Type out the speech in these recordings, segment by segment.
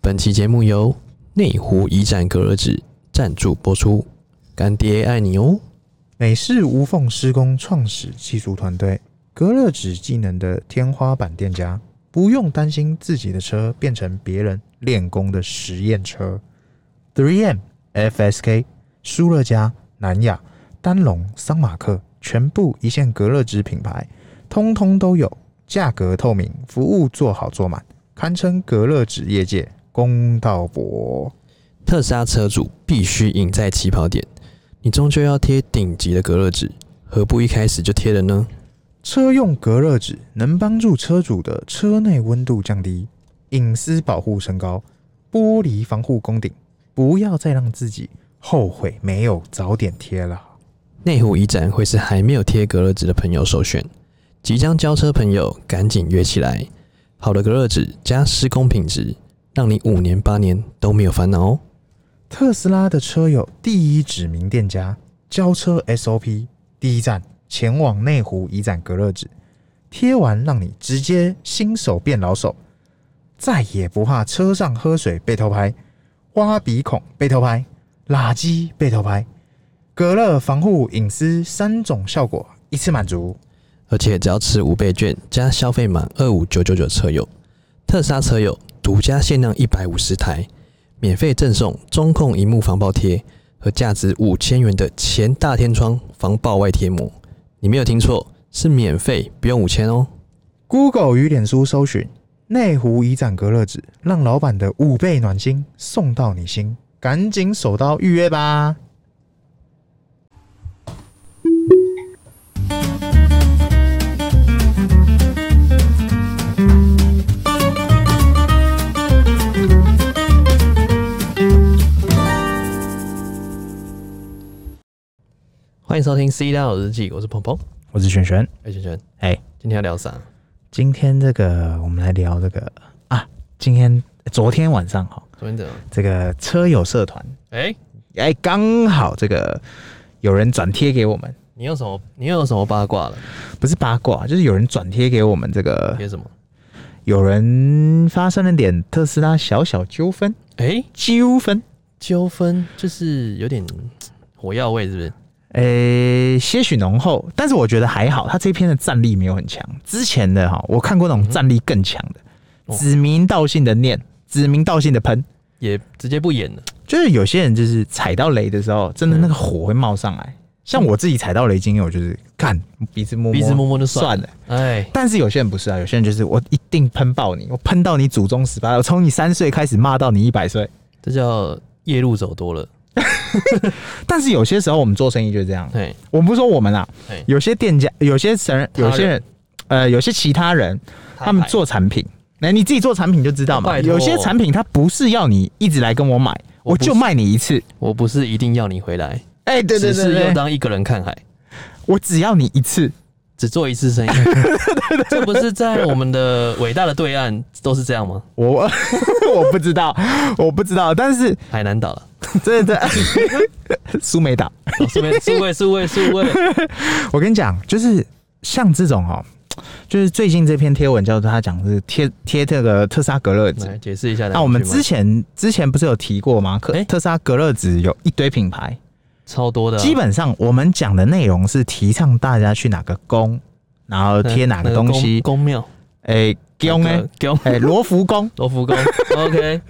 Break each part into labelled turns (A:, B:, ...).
A: 本期节目由内湖一站隔热纸赞助播出，干爹爱你哦！
B: 美式无缝施工创始技术团队，隔热纸技能的天花板店家，不用担心自己的车变成别人练功的实验车。3M、FSK、舒乐家、南亚、丹龙、桑马克，全部一线隔热纸品牌，通通都有，价格透明，服务做好做满，堪称隔热纸业界公道伯。
A: 特斯拉车主必须赢在起跑点，你终究要贴顶级的隔热纸，何不一开始就贴了呢？
B: 车用隔热纸能帮助车主的车内温度降低，隐私保护升高，玻璃防护功顶，不要再让自己后悔没有早点贴了。
A: 内湖一站会是还没有贴隔热纸的朋友首选，即将交车朋友赶紧约起来。好的隔热纸加施工品质，让你五年八年都没有烦恼哦。
B: 特斯拉的车友第一指名店家，交车 SOP 第一站前往内湖一展隔热纸，贴完让你直接新手变老手，再也不怕车上喝水被偷拍、挖鼻孔被偷拍、垃圾被偷拍，隔热、防护、隐私三种效果一次满足。
A: 而且只要持五倍券加消费满二五九九九车友，特斯拉车友独家限量一百五十台，免费赠送中控荧幕防爆贴和价值五千元的前大天窗防爆外贴膜。你没有听错，是免费，不用五千哦。
B: Google 与脸书搜寻内湖一展隔热纸，让老板的五倍暖心送到你心，赶紧手刀预约吧！
A: 欢迎收听《C 大佬日记》，我是鹏鹏，
B: 我是璇璇，
A: 哎，璇璇，
B: 哎、
A: 今天要聊啥？
B: 今天这个我们来聊这个啊，今天昨天晚上哈，
A: 昨天怎么？
B: 这个车友社团，
A: 哎，
B: 哎、刚好这个有人转贴给我们，
A: 你有什么？你又有什么八卦了？
B: 不是八卦，就是有人转贴给我们这个，
A: 贴什么？
B: 有人发生了点特斯拉小小纠纷，
A: 哎，
B: 纠纷，
A: 纠纷就是有点嘖火药味，是不是？
B: 呃、些许浓厚，但是我觉得还好，他这篇的战力没有很强。之前的哈，我看过那种战力更强的，
A: 哦
B: 指名道姓的念，指名道姓的喷，
A: 也直接不演了。
B: 就是有些人就是踩到雷的时候，真的那个火会冒上
A: 嗯
B: 来。像我自己踩到雷经验，我就是干鼻子摸摸，
A: 鼻子摸摸就算了
B: 算了。
A: 哎，
B: 但是有些人不是啊，有些人就是我一定喷爆你，我喷到你祖宗十八代，我从你三岁开始骂到你一百岁。
A: 这叫夜路走多了。
B: 但是有些时候我们做生意就是这样，
A: 哎，
B: 我们不说我们啊
A: 嘿，
B: 有些店家、有些神、
A: 他人
B: 有些人，呃，有些其他人，他们做产品，来你自己做产品就知道嘛。
A: 哦拜托
B: 有些产品它不是要你一直来跟我买，
A: 我
B: 我
A: 不是
B: 就卖你一次。
A: 我不是一定要你回来，
B: 哎、对
A: 只
B: 对
A: 是
B: 对
A: 又
B: 对，
A: 当一个人看海，
B: 我只要你一次。
A: 只做一次 生意。这不是在我们的伟大的对岸都是这样吗？
B: 我 我不知道，我不知道，但是
A: 海南岛了，
B: 真的真的 苏梅岛，
A: 哦数位数位数位数 位，
B: 我跟你讲，就是像这种哦，就是最近这篇贴文叫做他讲是贴贴这个特斯拉隔热纸，
A: 来解释一下来去吗。
B: 那我们之前之前不是有提过吗？可
A: 哎
B: 特斯拉隔热纸有一堆品牌，
A: 超多的啊，
B: 基本上我们讲的内容是提倡大家去哪个宫，然后贴哪个东西，
A: 啊宫宫庙，
B: 哎，宫
A: 那
B: 哎
A: 个，宫
B: 哎，罗浮宫，
A: 罗浮宫 ，OK，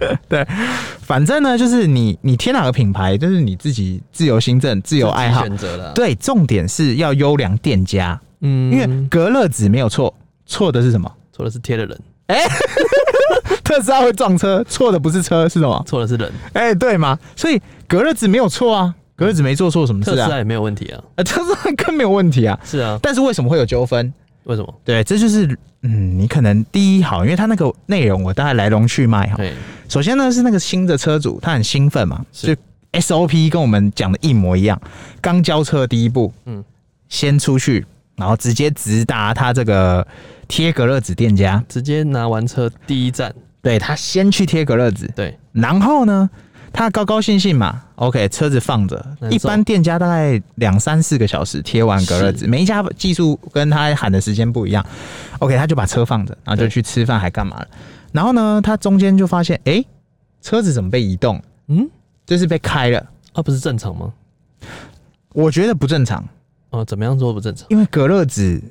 B: 反正呢就是你你贴哪个品牌，就是你自己自由行政、自由爱好。
A: 选择了。，
B: 对，重点是要优良店家，
A: 嗯，
B: 因为隔热纸没有错，错的是什么？
A: 错的是贴的人，
B: 特斯拉会撞车，错的不是车是什么？
A: 错的是人，
B: 哎、对吗？所以隔热纸没有错啊，隔热纸没做错什么
A: 特
B: 事
A: 斯
B: 啊
A: 拉，也没有问题啊。
B: 呃， 特斯拉更没有问题啊。
A: 是啊，
B: 但是为什么会有纠纷？
A: 为什么？
B: 对，这就是嗯，你可能第一好，因为他那个内容我大概来龙去脉哈。
A: 哎，
B: 首先呢是那个新的车主，他很兴奋嘛，
A: 是
B: 就 SOP 跟我们讲的一模一样，刚交车第一步，
A: 嗯
B: 嗯，先出去，然后直接直达他这个贴隔热纸店家，
A: 直接拿完车第一站，
B: 对他先去贴隔热纸，
A: 对，
B: 然后呢，他高高兴兴嘛，OK，车子放着
A: 没，错
B: 一般店家大概两三四个小时贴完隔热纸，每一家技术跟他喊的时间不一样，OK，他就把车放着，然后就
A: 对
B: 去吃饭还干嘛了。然后呢，他中间就发现，诶，车子怎么被移动？
A: 嗯，
B: 就是被开了，
A: 啊，不是正常吗？
B: 我觉得不正常，
A: 啊，怎么样做不正常？
B: 因为隔热纸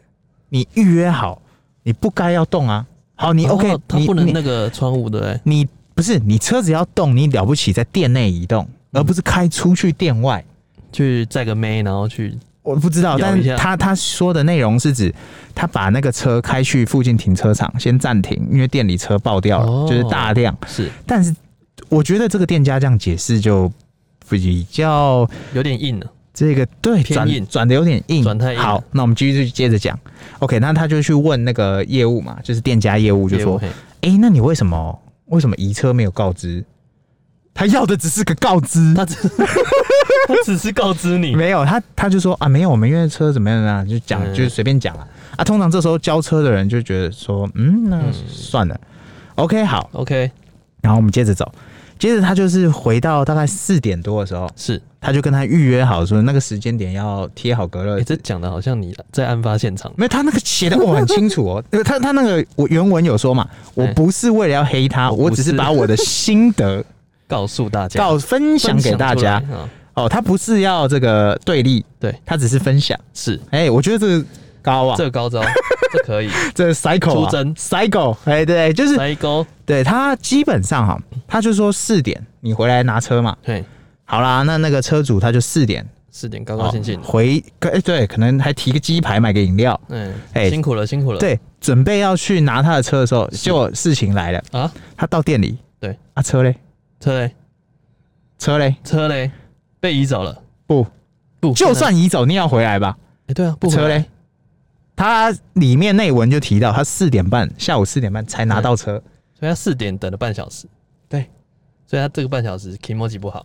B: 你预约好，你不该要动啊。好，你
A: 哦
B: OK，、
A: 他
B: 你
A: 不能
B: 你
A: 那个窗户对不对？
B: 你不是你车子要动，你了不起在店内移动，而不是开出去店外。
A: 去载个妹，然后去
B: 我不知道，
A: 咬
B: 但
A: 一下
B: 是他他说的内容是指他把那个车开去附近停车场先暂停，因为店里车爆掉了，
A: 哦
B: 就是大量。
A: 是
B: 但是我觉得这个店家这样解释就比较
A: 有点硬啊了，
B: 这个对
A: 偏
B: 转
A: 硬
B: 转的有点硬，
A: 转太硬了
B: 好，那我们继续接着讲。OK，那他就去问那个业务嘛，就是店家业务，就
A: 业务
B: 说
A: 嘿：“
B: 哎、那你为什么为什么移车没有告知？他要的只是个告知，
A: 他只 他只是告知你，
B: 没有，他他就说啊，没有，我们因为车怎么样啊，就讲
A: 嗯
B: 就是随便讲啊。啊，通常这时候交车的人就觉得说，嗯，那
A: 嗯
B: 算了、o k 好，
A: OK，
B: 然后我们接着走。接着他就是回到大概四点多的时候，
A: 是，
B: 他就跟他预约好说那个时间点要贴好隔热
A: 哎，
B: 纸。
A: 这讲的好像你在案发现场，
B: 没有，他那个写的我很清楚 哦，呃他他那个我原文有说嘛，我
A: 哎
B: 不是为了要黑他，
A: 我不
B: 我只是
A: 是
B: 把我的 心得
A: 告诉大家，
B: 告分
A: 分
B: 享给
A: 享
B: 大
A: 出
B: 家
A: 来啊，
B: 哦，他不是要这个对立，
A: 对，
B: 他只是分享。
A: 是
B: 哎、我觉得这个高啊，
A: 这个高 招，这可以，
B: 这 cycle 啊
A: 出征
B: cycle，哎、对，就是
A: 来一勾，
B: 对他基本上哈，他就说四点你回来拿车嘛，
A: 嘿，
B: 好啦，那那个车主他就四点
A: 四点高高兴兴
B: 哦，回，哎、对，可能还提个鸡排买个饮料，
A: 嗯，
B: 哎
A: 辛苦了，辛苦了，
B: 对，准备要去拿他的车的时候，结果事情来了，
A: 啊，
B: 他到店里，
A: 对，
B: 啊车嘞，
A: 车嘞，
B: 车嘞，
A: 车嘞，被移走了，
B: 不，
A: 不，
B: 就算移走你也要回来吧，
A: 哎，对啊，不回
B: 车
A: 来
B: 嘞。他里面内文就提到，他四点半，下午四点半才拿到车，
A: 所以他四点等了半小时，
B: 对，
A: 所以他这个半小时 k i m o j i 不好，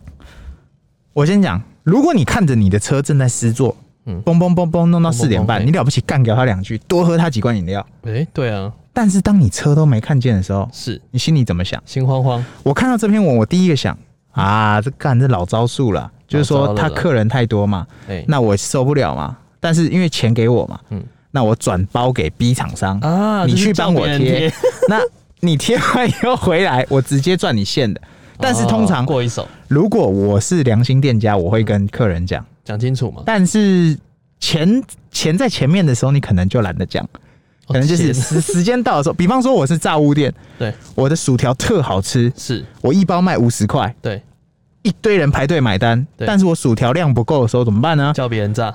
B: 我先讲，如果你看着你的车正在失座，
A: 嗯
B: 嘣嘣嘣嘣弄到
A: 嘣嘣
B: 四点
A: 嘿
B: 半，你了不起干掉他两句，多喝他几罐饮料。
A: 哎，对啊，
B: 但是当你车都没看见的时候，
A: 是
B: 你心里怎么想？
A: 心慌慌，
B: 我看到这篇文，我第一个想啊，这干这老招数了，就是说
A: 老招
B: 他
A: 了
B: 客人太多嘛，
A: 哎，
B: 那我受不了嘛。但是因为钱给我嘛，
A: 嗯
B: 那我转包给 B 厂商，
A: 啊，
B: 你
A: 就是
B: 去
A: 叫
B: 帮我
A: 别人
B: 贴，那你贴完以后回来，我直接赚你现的。但是通常
A: 哦过一手
B: 如果我是良心店家，我会跟客人讲。
A: 讲清楚嘛，
B: 但是钱钱在前面的时候，你可能就懒得讲，可能就是
A: 哦钱
B: 时时间到的时候，比方说我是炸物店，
A: 对，
B: 我的薯条特好吃，
A: 是
B: 我一包卖五十块，
A: 对，
B: 一堆人排队买单，
A: 对
B: 但是我薯条量不够的时候怎么办呢？
A: 叫别人炸，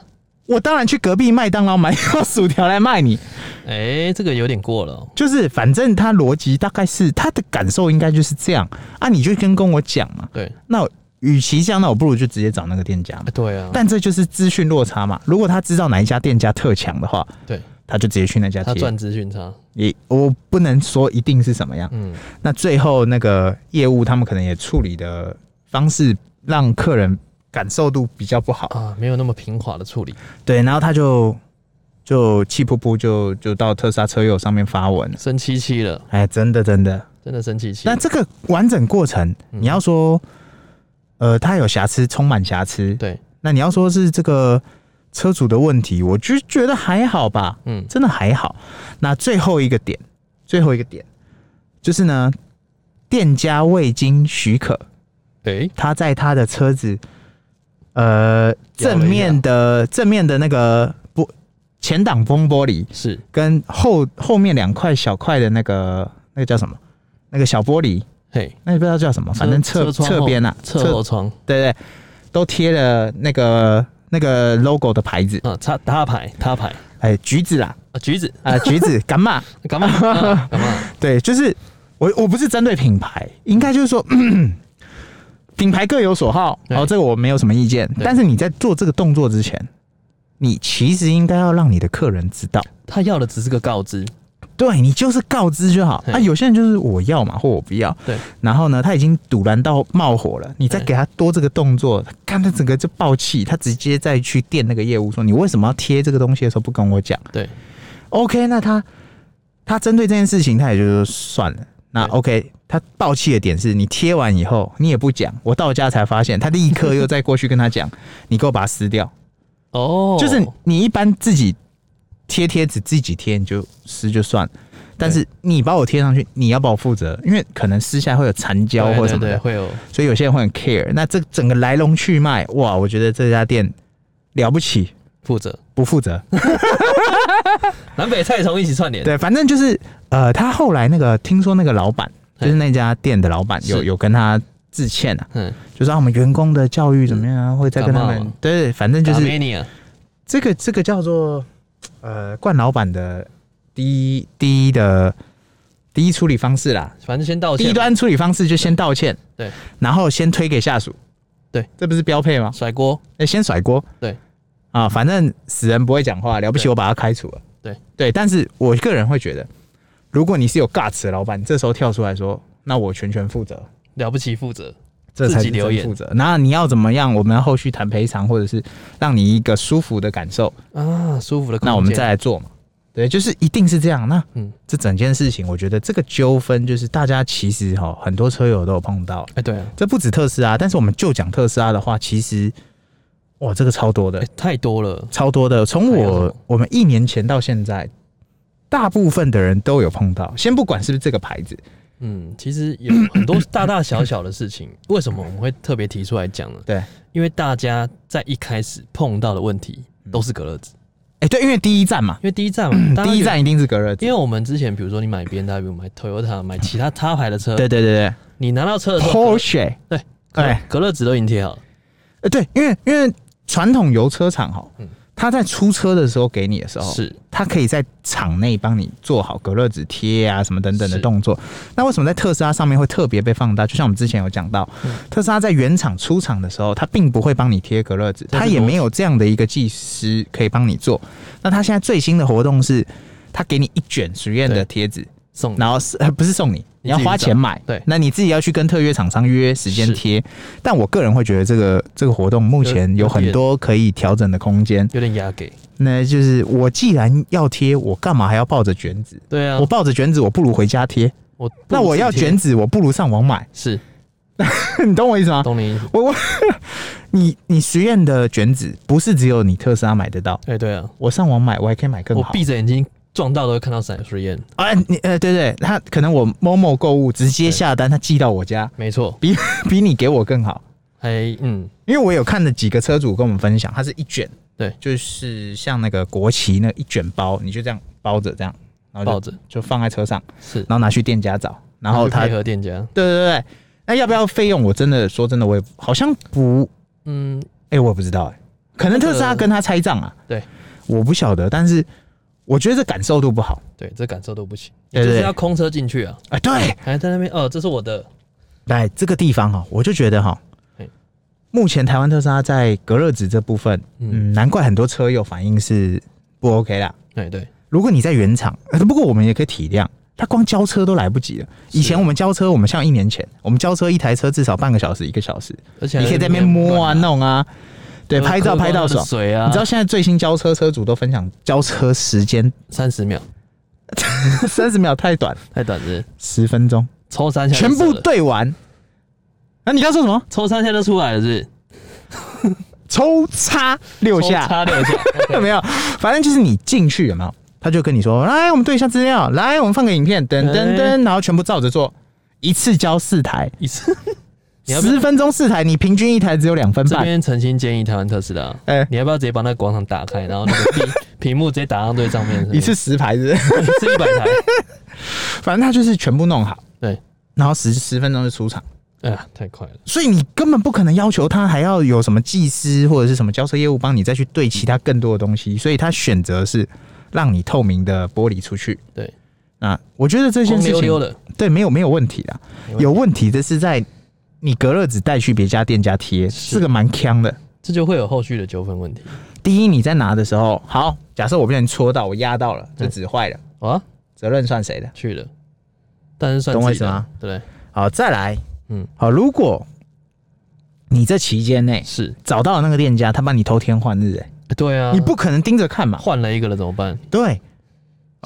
B: 我当然去隔壁麦当劳买薯条来卖你，
A: 哎，这个有点过了哦，
B: 就是反正他逻辑大概是他的感受应该就是这样啊，你就跟跟我讲嘛，
A: 对，
B: 那与其这样，那我不如就直接找那个店家嘛
A: 哎。对啊，
B: 但这就是资讯落差嘛。如果他知道哪一家店家特强的话，
A: 对
B: 他就直接去那家
A: 他
B: 贴。
A: 赚资讯差，
B: 也我不能说一定是什么样。
A: 嗯，
B: 那最后那个业务他们可能也处理的方式让客人感受度比较不好。
A: 啊，没有那么平滑的处理，
B: 对，然后他就就气噗噗就就到特斯拉车友上面发文了。
A: 生气气了，
B: 哎，真的真的。
A: 真的生气气
B: 那
A: 了，
B: 这个完整过程，
A: 嗯
B: 你要说，呃，他有瑕疵，充满瑕疵。
A: 对，
B: 那你要说是这个车主的问题，我就觉得还好吧。
A: 嗯，
B: 真的还好。那最后一个点，最后一个点就是呢，店家未经许可，
A: 哎，
B: 他在他的车子，
A: 摇
B: 呃，
A: 了
B: 正面的正面的那个玻前挡风玻璃
A: 是
B: 跟后后面两块小块的那个那个叫什么？那个小玻璃，
A: 嘿，
B: 那也不知道叫什么，反正
A: 车车
B: 侧
A: 窗后
B: 侧边啊，
A: 侧后窗
B: 对对，都贴了那个那个 logo 的牌子，
A: 啊，插他牌他牌
B: 哎、橘子啦，
A: 啊，橘子，
B: 啊、橘子，干嘛？
A: 干嘛啊干嘛？
B: 对，就是我我不是针对品牌，应该就是说。 品牌各有所好，
A: 对
B: 哦，这个我没有什么意见。
A: 对
B: 但是你在做这个动作之前，你其实应该要让你的客人知道，
A: 他要的只是个告知，
B: 对你就是告知就好。
A: 对
B: 啊，有些人就是我要嘛，或我不要。
A: 对，
B: 然后呢，他已经堵拦到冒火了，你再
A: 对
B: 给他多这个动作，看他整个就爆气，他直接再去电那个业务说你为什么要贴这个东西的时候不跟我讲。
A: 对，
B: OK，那他他针对这件事情，他也就说算了。那
A: 对
B: OK，他爆气的点是你贴完以后，你也不讲，我到家才发现，他立刻又再过去跟他讲，你给我把它撕掉。
A: 哦，
B: 就是你一般自己贴贴纸自己贴，你就撕就算了。但是你把我贴上去，你要帮我负责，因为可能私下会有残交或者什么
A: 对对对
B: 的，
A: 会有
B: 所以有些人会很 care。那这整个来龙去脉，哇，我觉得这家店了不起，
A: 负责。
B: 不负责。
A: 南北菜从一起串联，
B: 对，反正就是呃，他后来那个听说那个老板，就是那家店的老板，有
A: 是
B: 有跟他致歉啊，
A: 嗯，
B: 就说、啊、我们员工的教育怎么样啊，会再跟他
A: 感冒
B: 们
A: 啊
B: 对对，反正就
A: 就是是你啊，
B: 这个这个叫做呃冠老板的第一第一的第一处理方式啦，
A: 反正先道
B: 第
A: 歉嘛，
B: 一端处理方式就先道歉，
A: 对，
B: 然后先推给下属，
A: 对，
B: 这不是标配吗？
A: 甩锅，
B: 哎、先甩锅，
A: 对，
B: 啊，反正死人不会讲话，了不起
A: 对
B: 我把他开除了，
A: 对
B: 对，但是我个人会觉得，如果你是有 guts 的老板，你这时候跳出来说，那我全权负责，
A: 了不起负责，
B: 这才
A: 自
B: 是
A: 己留
B: 真
A: 言
B: 负责。那你要怎么样？我们要后续谈赔偿，或者是让你一个舒服的感受，
A: 啊，舒服的空间。
B: 那我们再来做嘛。对，就是一定是这样。那
A: 嗯
B: 这整件事情，我觉得这个纠纷就是大家其实哈很多车友都有碰到，
A: 哎，对啊，
B: 这不止特斯拉，但是我们就讲特斯拉的话，其实哇这个超多的
A: 哎，，太多了，
B: 超多的。从
A: 还有什
B: 我
A: 么
B: 我们一年前到现在，大部分的人都有碰到。先不管是不是这个牌子，
A: 嗯，其实 有很多大大小小的事情，为什么我们会特别提出来讲呢？
B: 对，哎、
A: 因为大家在一开始碰到的问题都是隔热纸，
B: 哎对，因为第一站嘛，
A: 因嗯为第一站嘛，大家
B: 第一
A: 有，
B: 站一定是隔热纸
A: 因。为我们之前比如说你买 B N W、买 Toyota、买其他他牌的车，
B: 对对对
A: 你拿到车的
B: 对
A: 时候，
B: ，Porsche，
A: 对隔
B: 对
A: 热隔热纸都已经贴好了，
B: 呃，对，因为因为传统油车厂哈
A: 嗯，
B: 它在出车的时候给你的时候，
A: 是
B: 它可以在厂内帮你做好隔热纸贴啊什么等等的
A: 是
B: 动作。那为什么在特斯拉上面会特别被放大？就像我们之前有讲到，
A: 嗯
B: 特斯拉在原厂出厂的时候，它并不会帮你贴隔热纸，
A: 它
B: 它
A: 是
B: 也
A: 裸
B: 没有这样的一个技师可以帮你做。那它现在最新的活动是，它给你一卷许愿的
A: 对
B: 贴纸，
A: 送你
B: 然后是、呃、 不是送你，
A: 你
B: 你要
A: 自己
B: 花
A: 去
B: 钱
A: 找
B: 买，
A: 对
B: 那你自己要去跟特约厂商约时间
A: 是
B: 贴。但我个人会觉得这个这个活动目前
A: 有
B: 有很
A: 点
B: 多可以调整的空间。
A: 有点压给，
B: 那就是我既然要贴，我干嘛还要抱着卷纸？
A: 对啊
B: 我，抱着卷纸，我不如回家贴。
A: 我
B: 那我要卷纸，我不如上 网买。
A: 是
B: 你懂我意思吗？
A: 懂你意思，
B: 你你实验的卷纸不是只有你特斯拉买得到，
A: 哎对啊，
B: 我上网买我还可以买更
A: 我
B: 好。
A: 闭着眼睛撞到都会看到闪烁烟，
B: 啊，你呃对对，他可能我某某购物直接下单，他寄到我家，
A: 没错，
B: 比你给我更好。
A: 还嗯
B: 因为我有看了几个车主跟我们分享，它是一卷，
A: 对，
B: 就是像那个国旗那一卷包，你就这样包着这样，然后
A: 抱
B: 就
A: 着
B: 就放在车上，
A: 是，
B: 然后拿去店家找，然后他，
A: 配
B: 对
A: 合店家，
B: 对对对，那要不要费用？我真的说真的，我也好像不，
A: 嗯，
B: 哎、我也不知道、哎，可能特斯拉跟他拆账啊，
A: 对，
B: 我不晓得，但是我觉得这感受度不好，
A: 对，这感受都不行，
B: 对
A: 你
B: 对
A: 就是要空车进去啊，
B: 哎、对，
A: 还在那边哦，这是我的，
B: 来这个地方哈，我就觉得哈
A: 嘿，
B: 目前台湾特斯拉在隔热纸这部分，
A: 嗯
B: 嗯，难怪很多车友反应是不 OK 啦。
A: 哎对，
B: 如果你在原厂，呃不过我们也可以体谅，他光交车都来不及了。以前我们交车，我们像一年前，我们交车一台车至少半个小时、一个小时，
A: 而且
B: 你可以在那边摸啊、弄啊，对，拍照拍到手。
A: 水啊，
B: 你知道现在最新交车车主都分享交车时间
A: 三十秒
B: 三十秒太短，
A: 太短了，
B: 十分钟
A: 抽三下就
B: 全
A: 射
B: 部
A: 了
B: 对完。啊，你刚说什么？
A: 抽三下就出来了，是不是
B: 抽插六下，
A: 抽插六下，OK 哎
B: 没有，反正就是你进去有没有？他就跟你说，来，我们对一下资料，来，我们放个影片，等等
A: 哎
B: 等，然后全部照着做，一次交四台，
A: 一 次。你要不要
B: 十分钟四台，你平均一台只有两分
A: 这
B: 半，
A: 边诚心建议台湾特斯拉，
B: 哎
A: 你要不要直接把那个广场打开，然后那 个屏屏幕直接打上对上面，
B: 一次十排是不是，
A: 一次一百台，
B: 反正他就是全部弄好，
A: 对，
B: 然后十十分钟就出场，
A: 哎呀，太快了，
B: 所以你根本不可能要求他还要有什么技师或者是什么交车业务帮你再去对其他更多的东西，所以他选择是让你透明的玻璃出去，
A: 对，
B: 那我觉得这件
A: 光
B: 事
A: 溜
B: 情
A: 溜的，
B: 对没有没有问题啦。
A: 没问题
B: 有问题的是在你隔热纸带去别家店家贴，
A: 是
B: 这个蛮坑的。
A: 这就会有后续的纠纷问题
B: 第一，你在拿的时候，好，假设我被人戳到，我压到了，这纸坏了，
A: 啊，
B: 责任算谁的？
A: 去了，但是算
B: 懂我
A: 自己
B: 意思
A: 的
B: 吗？
A: 对，
B: 好，再来，
A: 嗯，
B: 好，如果你这期间内
A: 是，
B: 找到了那个店家，他帮你偷天换日、欸，
A: 对啊，
B: 你不可能盯着看嘛？
A: 换了一个了怎么办？
B: 对
A: 所以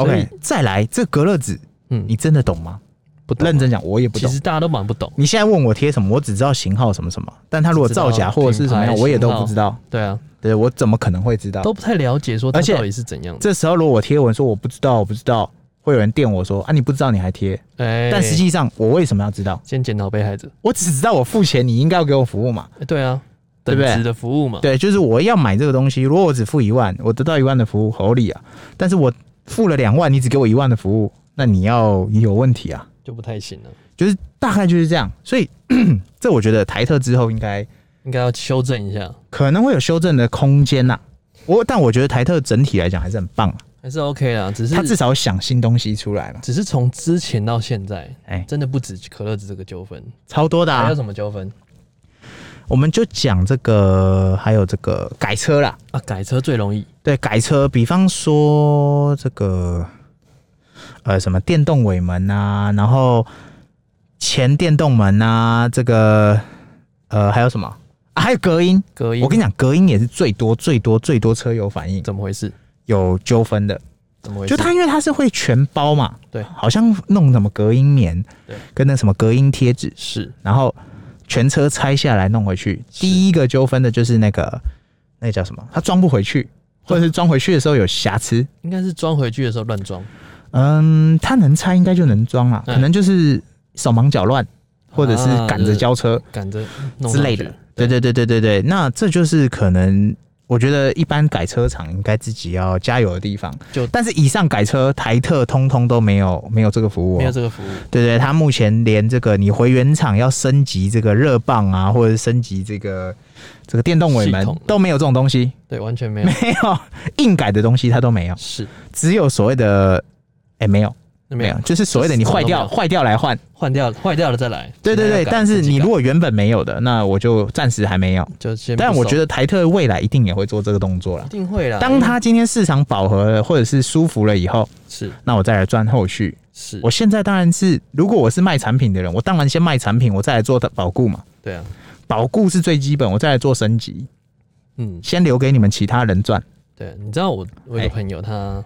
B: ，OK，再来，这隔热纸，
A: 嗯，
B: 你真的懂吗？
A: 不懂啊
B: 认，真讲，我也不
A: 其
B: 懂
A: 实。大家都蛮不懂，
B: 你现在问我贴什么，我只知道型号什么什么，但他如果
A: 只知道
B: 造假或者是什么样，
A: 品牌
B: 我也都
A: 型号
B: 不知道。
A: 对啊，
B: 对，我怎么可能会知道？
A: 都不太了解说它
B: 而且
A: 到底是怎样的，
B: 这时候如果我贴文说我不知道，我不知道，会有人电我说啊，你不知道你还贴，
A: 哎，
B: 但实际上我为什么要知道？
A: 先检讨被害者，
B: 我只知道我付钱，你应该要给我服务嘛。
A: 哎对啊，
B: 对
A: 等
B: 不对
A: 值的服务嘛，
B: 对，就是我要买这个东西，如果我只付一万，我得到一万的服务合理啊。但是我付了两万，你只给我一万的服务，那你要有问题啊。
A: 就不太行了，
B: 就是大概就是这样，所以 这我觉得台特之后应该
A: 应该要修正一下，
B: 可能会有修正的空间呐、我但我觉得台特整体来讲还是很棒啊，
A: 还是 OK 啦，只是
B: 他至少想新东西出来嘛。
A: 只是从之前到现在，
B: 哎
A: 真的不止可乐子这个纠纷，
B: 超多的、
A: 还
B: 啊
A: 有，什么纠纷
B: 我们就讲这个，还有这个改车啦。
A: 啊？改车最容易，
B: 对，改车，比方说这个，呃，什么电动尾门啊，然后前电动门啊，这个，呃，还有什么？啊、还有隔音。
A: 隔音，
B: 我跟你讲，隔音也是最多、最多、最多车友反映
A: 怎么回事？
B: 有纠纷的，
A: 怎么回事？
B: 就它因为它是会全包嘛，
A: 对
B: 好像弄什么隔音棉，
A: 对，
B: 跟那什么隔音贴纸，
A: 是
B: 然后全车拆下来弄回去。
A: 是
B: 第一个纠纷的就是那个那个叫什么，它装不回去，或者是装回去的时候有瑕疵。
A: 应该是装回去的时候乱装，
B: 嗯，它能拆应该就能装啦，
A: 嗯
B: 可能就是手忙脚乱，或者是
A: 啊
B: 赶着交车
A: 赶着弄
B: 之类
A: 上
B: 的
A: 去。
B: 对对对对对对，那这就是可能。我觉得一般改车厂应该自己要加油的地方，
A: 就
B: 但是以上改车台特通通都没有没有这个服务、
A: 没有
B: 哦，
A: 这个服务，
B: 对对，它目前连这个你回原厂要升级这个热泵啊，或者升级这个这个电动尾
A: 系
B: 门
A: 统
B: 都没有这种东西，
A: 对，完全没有
B: 没，有硬改的东西它都没有，
A: 是
B: 只有所谓的哎、没有
A: 那没有
B: 就是所谓的
A: 就是
B: 你
A: 什么
B: 坏
A: 都
B: 掉
A: 没有
B: 坏掉来换，
A: 换掉了，坏掉了再来。
B: 对对
A: 现在
B: 对，
A: 要改
B: 但是
A: 自己
B: 你
A: 改
B: 如果原本没有的，那我就暂时还没有，
A: 就先不收，啊
B: 但我觉得台特未来一定也会做这个动作啦
A: 一。定会啦，
B: 当它今天市场饱和了，或者是舒服了以后，
A: 是
B: 那我再来赚后续。
A: 是，
B: 我现在当然是，如果我是卖产品的人，我当然先卖产品，我再来做保固嘛。
A: 对啊，
B: 保固是最基本，我再来做升级，
A: 嗯，
B: 先留给你们其他人赚，
A: 对，你知道我我有
B: 哎
A: 个朋友他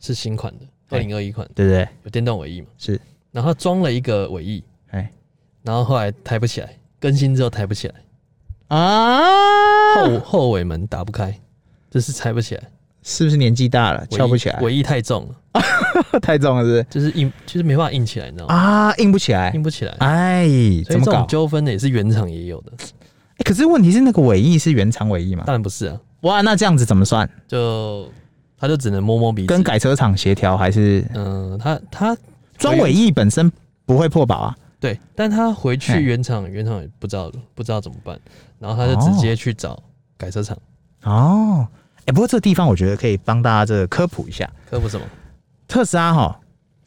A: 是新款的，二
B: 哎
A: 零二一款
B: 对不对？
A: 有电动尾翼嘛，
B: 是，
A: 然后他装了一个尾翼，
B: 哎
A: 然后后来抬不起来，更新之后抬不起来，
B: 啊，
A: 后后尾门打不开，就是抬不起来，
B: 是不是年纪大了
A: 尾翼
B: 翘不起来？
A: 尾翼太重了，
B: 太重了是不是
A: 就是硬，就是没办法硬起来，你知道吗？
B: 啊，硬不起来。
A: 硬不起来，
B: 哎，
A: 所
B: 怎
A: 以
B: 么
A: 这
B: 搞
A: 种？纠纷的也是原厂也有的，
B: 哎可是问题是那个尾翼是原厂尾翼嘛？
A: 当然不是啊，
B: 哇，那这样子怎么算？
A: 就他就只能摸摸鼻子，
B: 跟改车厂协调还是
A: 嗯、他他
B: 装尾翼本身不会破保啊？
A: 对，但他回去
B: 嘿
A: 原厂，原厂也不知道不知道怎么办，然后他就直接去找改车厂
B: 哦，哎、不过这个地方我觉得可以帮大家这个科普一下，
A: 科普什么？
B: 特斯拉哈，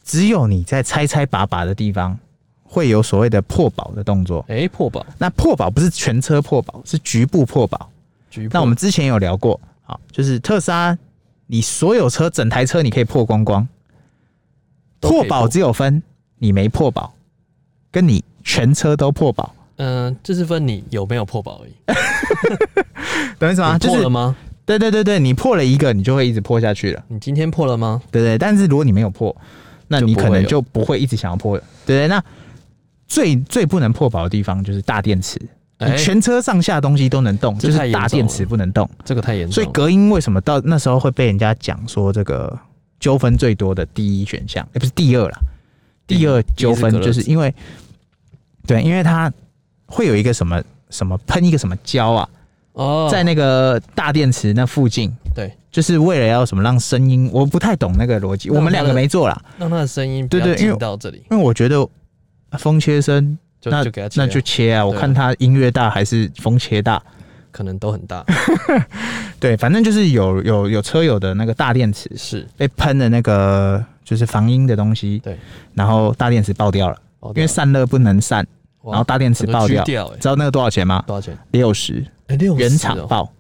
B: 只有你在拆拆拔拔的地方会有所谓的破保的动作。
A: 哎、破保
B: 那破保不是全车破保，是局部破保。
A: 局部。
B: 那我们之前有聊过，好，就是特斯拉，你所有车整台车你可以破光光，
A: 都可以
B: 破
A: 破
B: 保只有分你没破保，跟你全车都破保，
A: 嗯、就是分你有没有破保而已。
B: 等于什么？
A: 你
B: 啊就
A: 破
B: 是
A: 了吗？
B: 对对对对，你破了一个，你就会一直破下去了。
A: 你今天破了吗？
B: 对对，但是如果你没有破，那
A: 就
B: 你
A: 不会
B: 可能
A: 有
B: 就不会一直想要破了。对对，那最最不能破保的地方就是大电池，
A: 哎
B: 你全车上下东西都能动，
A: 这
B: 就
A: 太
B: 是
A: 严重
B: 大电池不能动。
A: 这个太严重
B: 所以
A: 了。
B: 隔音为什么到那时候会被人家讲说这个纠纷最多的第一选项，哎、不是第二啦，
A: 第一
B: 第二纠
A: 第
B: 纷
A: 一是隔热
B: 就是因为对，因为它会有一个什么什么喷一个什么胶啊，
A: 哦，
B: 在那个大电池那附近，
A: 对，
B: 就是为了要什么让声音，我不太懂那个逻辑，
A: 让
B: 我们两
A: 它
B: 个
A: 的
B: 没做啦，
A: 让他的声音不
B: 对
A: 要
B: 对因为
A: 进到这里，
B: 因为我觉得啊风切声，
A: 就
B: 那
A: 就给他切
B: 那
A: 啊
B: 就切啊，我
A: 对啊
B: 看它音乐大还是风切大，
A: 可能都很 大。
B: 对，反正就是有有有车友的那个大电池
A: 是，
B: 被喷的那个就是防音的东西，
A: 对，
B: 然后大电池爆掉了，
A: 因
B: 因为散热不能散，然后大电池爆掉，
A: 掉、哎，
B: 知道那个多少钱吗？
A: 多少钱？
B: 六十，
A: 哎、六十
B: 原厂
A: 哦
B: 爆，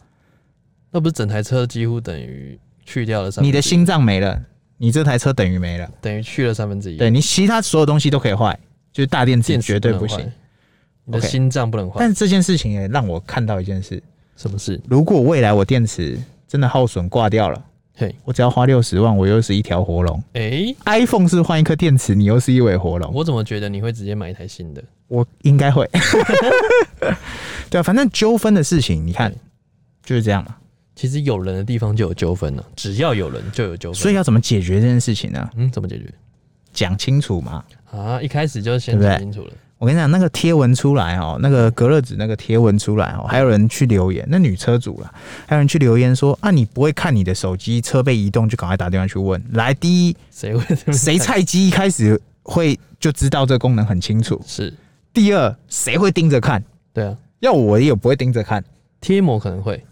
A: 那不是整台车几乎等于去掉了三分之一，
B: 你的心脏没了，你这台车等于没了，
A: 等于去了三分之一。
B: 对你其他所有东西都可以坏，就是大电池
A: 电池
B: 绝对
A: 能
B: 不
A: 坏
B: 行。，
A: 你的
B: OK
A: 心脏不能坏
B: 但。是这件事情也让我看到一件事，
A: 什么事？
B: 如果未来我电池真的耗损挂掉了，
A: 嘿，
B: 我只要花六十万，我又是一条活龙。
A: 哎、
B: iPhone 是换一颗电池，你又是一尾活龙。
A: 我怎么觉得你会直接买一台新的？
B: 我应该会。 对啊，反正纠纷的事情，你看
A: 对
B: 就是这样嘛。
A: 其实有人的地方就有纠纷了，只要有人就有纠纷。
B: 所以要怎么解决这件事情呢？
A: 嗯，怎么解决？
B: 讲清楚嘛。
A: 啊，一开始就先
B: 对不对
A: 讲清楚了，
B: 我跟你讲，那个贴文出来哦，那个隔热纸那个贴文出来哦，还有人去留言，那女车主啦，还有人去留言说啊，你不会看你的手机，车被移动就赶快打电话去问。来，第一，
A: 谁会这么
B: 谁菜鸡一开始会就知道这功能很清楚？
A: 是？
B: 第二，谁会盯着看？
A: 对啊，
B: 要我也不会盯着看。
A: 贴膜可能会，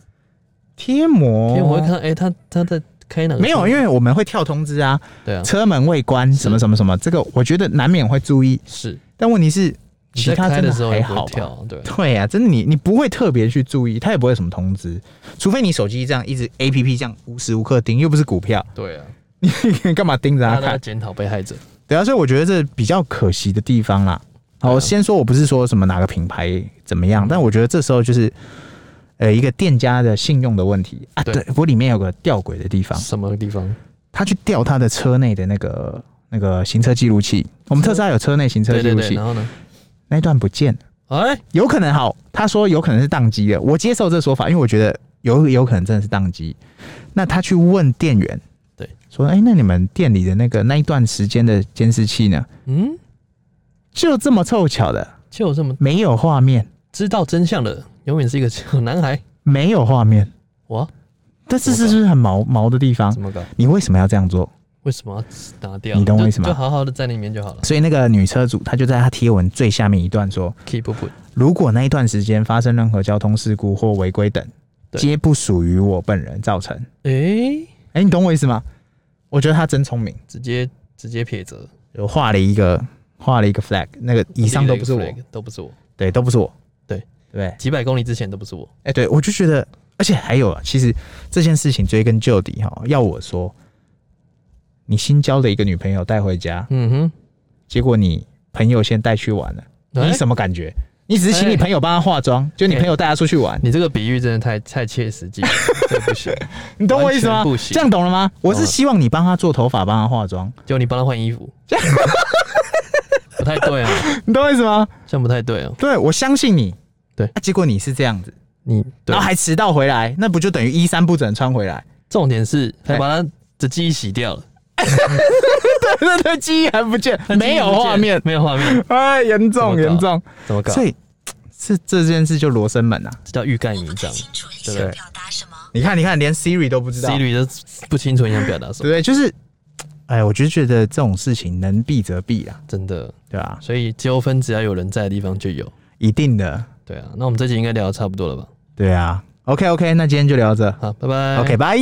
B: 贴膜，
A: 贴膜 会看到，哎、他他在开哪个车？
B: 哦没有，因为我们会跳通知啊，
A: 对啊，
B: 车门未关，什么什么什么，这个我觉得难免会注意。
A: 是
B: 但问题是，
A: 你
B: 其
A: 在
B: 他
A: 开
B: 真
A: 的时候
B: 还
A: 也不
B: 好
A: 会
B: 吧
A: 跳啊，对啊，
B: 对呀、真的你你不会特别去注意，它也不会有什么通知，除非你手机这样一直 A P P 这样无时无刻盯，又不是股票，
A: 对啊，
B: 你干嘛盯着
A: 大
B: 它
A: 家都在
B: 看？
A: 检讨被害者，
B: 对啊，所以我觉得这比较可惜的地方啦。好，
A: 对啊嗯
B: 我先说，我不是说什么哪个品牌怎么样，但我觉得这时候就是，呃，一个店家的信用的问题啊。
A: 对
B: 对，我里面有个吊诡的地方，
A: 什么地方？
B: 他去调他的车内的那个那个行车记录器。我们特斯拉有车内行车
A: 对
B: 记
A: 对
B: 录
A: 对，
B: 器，
A: 然后呢？
B: 那一段不见了。
A: 哎、
B: 有可能好，他说有可能是宕机的，我接受这说法，因为我觉得有有可能真的是宕机。那他去问店员，
A: 对，
B: 说，哎、那你们店里的那个那一段时间的监视器呢？
A: 嗯，
B: 就这么凑巧的，
A: 就这么
B: 没有画面，
A: 知道真相的，永远是一个小男孩。
B: 没有画面，
A: 哇，
B: 这是是不是很毛毛的地方
A: 怎？么搞？
B: 你为什么要这样做？
A: 为什么要拿掉？
B: 你懂我
A: 就
B: 意思吗
A: 就好好的在里面就好了。
B: 所以那个女车主，她就在她贴文最下面一段说，
A: Keep up，
B: 如果那一段时间发生任何交通事故或违规等，
A: 对
B: 皆不属于我本人造成。
A: 哎、
B: 哎、你懂我意思吗？我觉得她真聪明。
A: 直接直接撇责。
B: 有画了一个画了一个 flag，那个以上都不是我，，
A: 都不是我，
B: 对，都不是我，
A: 对哎
B: 对，哎、
A: 几百公里之前都不是我。
B: 对我就觉得，而且还有啊，其实这件事情追根究底哈，要我说，你新交的一个女朋友带回家，
A: 嗯
B: 结果你朋友先带去玩了，
A: 哼，
B: 你
A: 哎
B: 什么感觉？你只是请你
A: 哎
B: 朋友帮她化妆，就你朋友带她出去玩，
A: 你这个比喻真的太太切实际了，这不行。
B: 你懂我意思吗
A: 完全不？行
B: 这样懂了吗？我
A: 懂
B: 是
A: 了
B: 希望你帮她做头发，帮她化妆，
A: 就你帮他换衣 服，不太对啊，
B: 你懂我意思吗？
A: 这样不太对哦。
B: 对，我相信你。
A: 对
B: 啊，结果你是这样子，
A: 你对
B: 然后，还迟到回来，那不就等于衣衫不整穿回来？
A: 重点是
B: 哎
A: 还把他的记忆洗掉了，
B: 那他记忆还不见
A: 他，记忆
B: 没有
A: 不见
B: 画面，，
A: 没有画面，
B: 哎，严
A: 怎么
B: 重
A: 搞
B: 严重。
A: 怎么搞？
B: 所以这这件事就罗生门啊！
A: 这叫欲盖弥
C: 不
A: 彰
C: 太清楚你想
A: 对不对
C: 表达什么。
B: 你看，你看，连 Siri 都不知道，对
A: ，Siri 都不清楚你想表达
B: 不
A: 什么，
B: 对？就是，哎，我就觉得这种事情能避则避啊，
A: 真的。
B: 对吧、
A: 所以纠纷只要有人在的地方就有。
B: 一定的，
A: 对啊，那我们这集应该聊的差不多了吧？
B: 对啊。OK OK，那今天就聊到这
A: 好，拜拜。
B: ，OK，拜。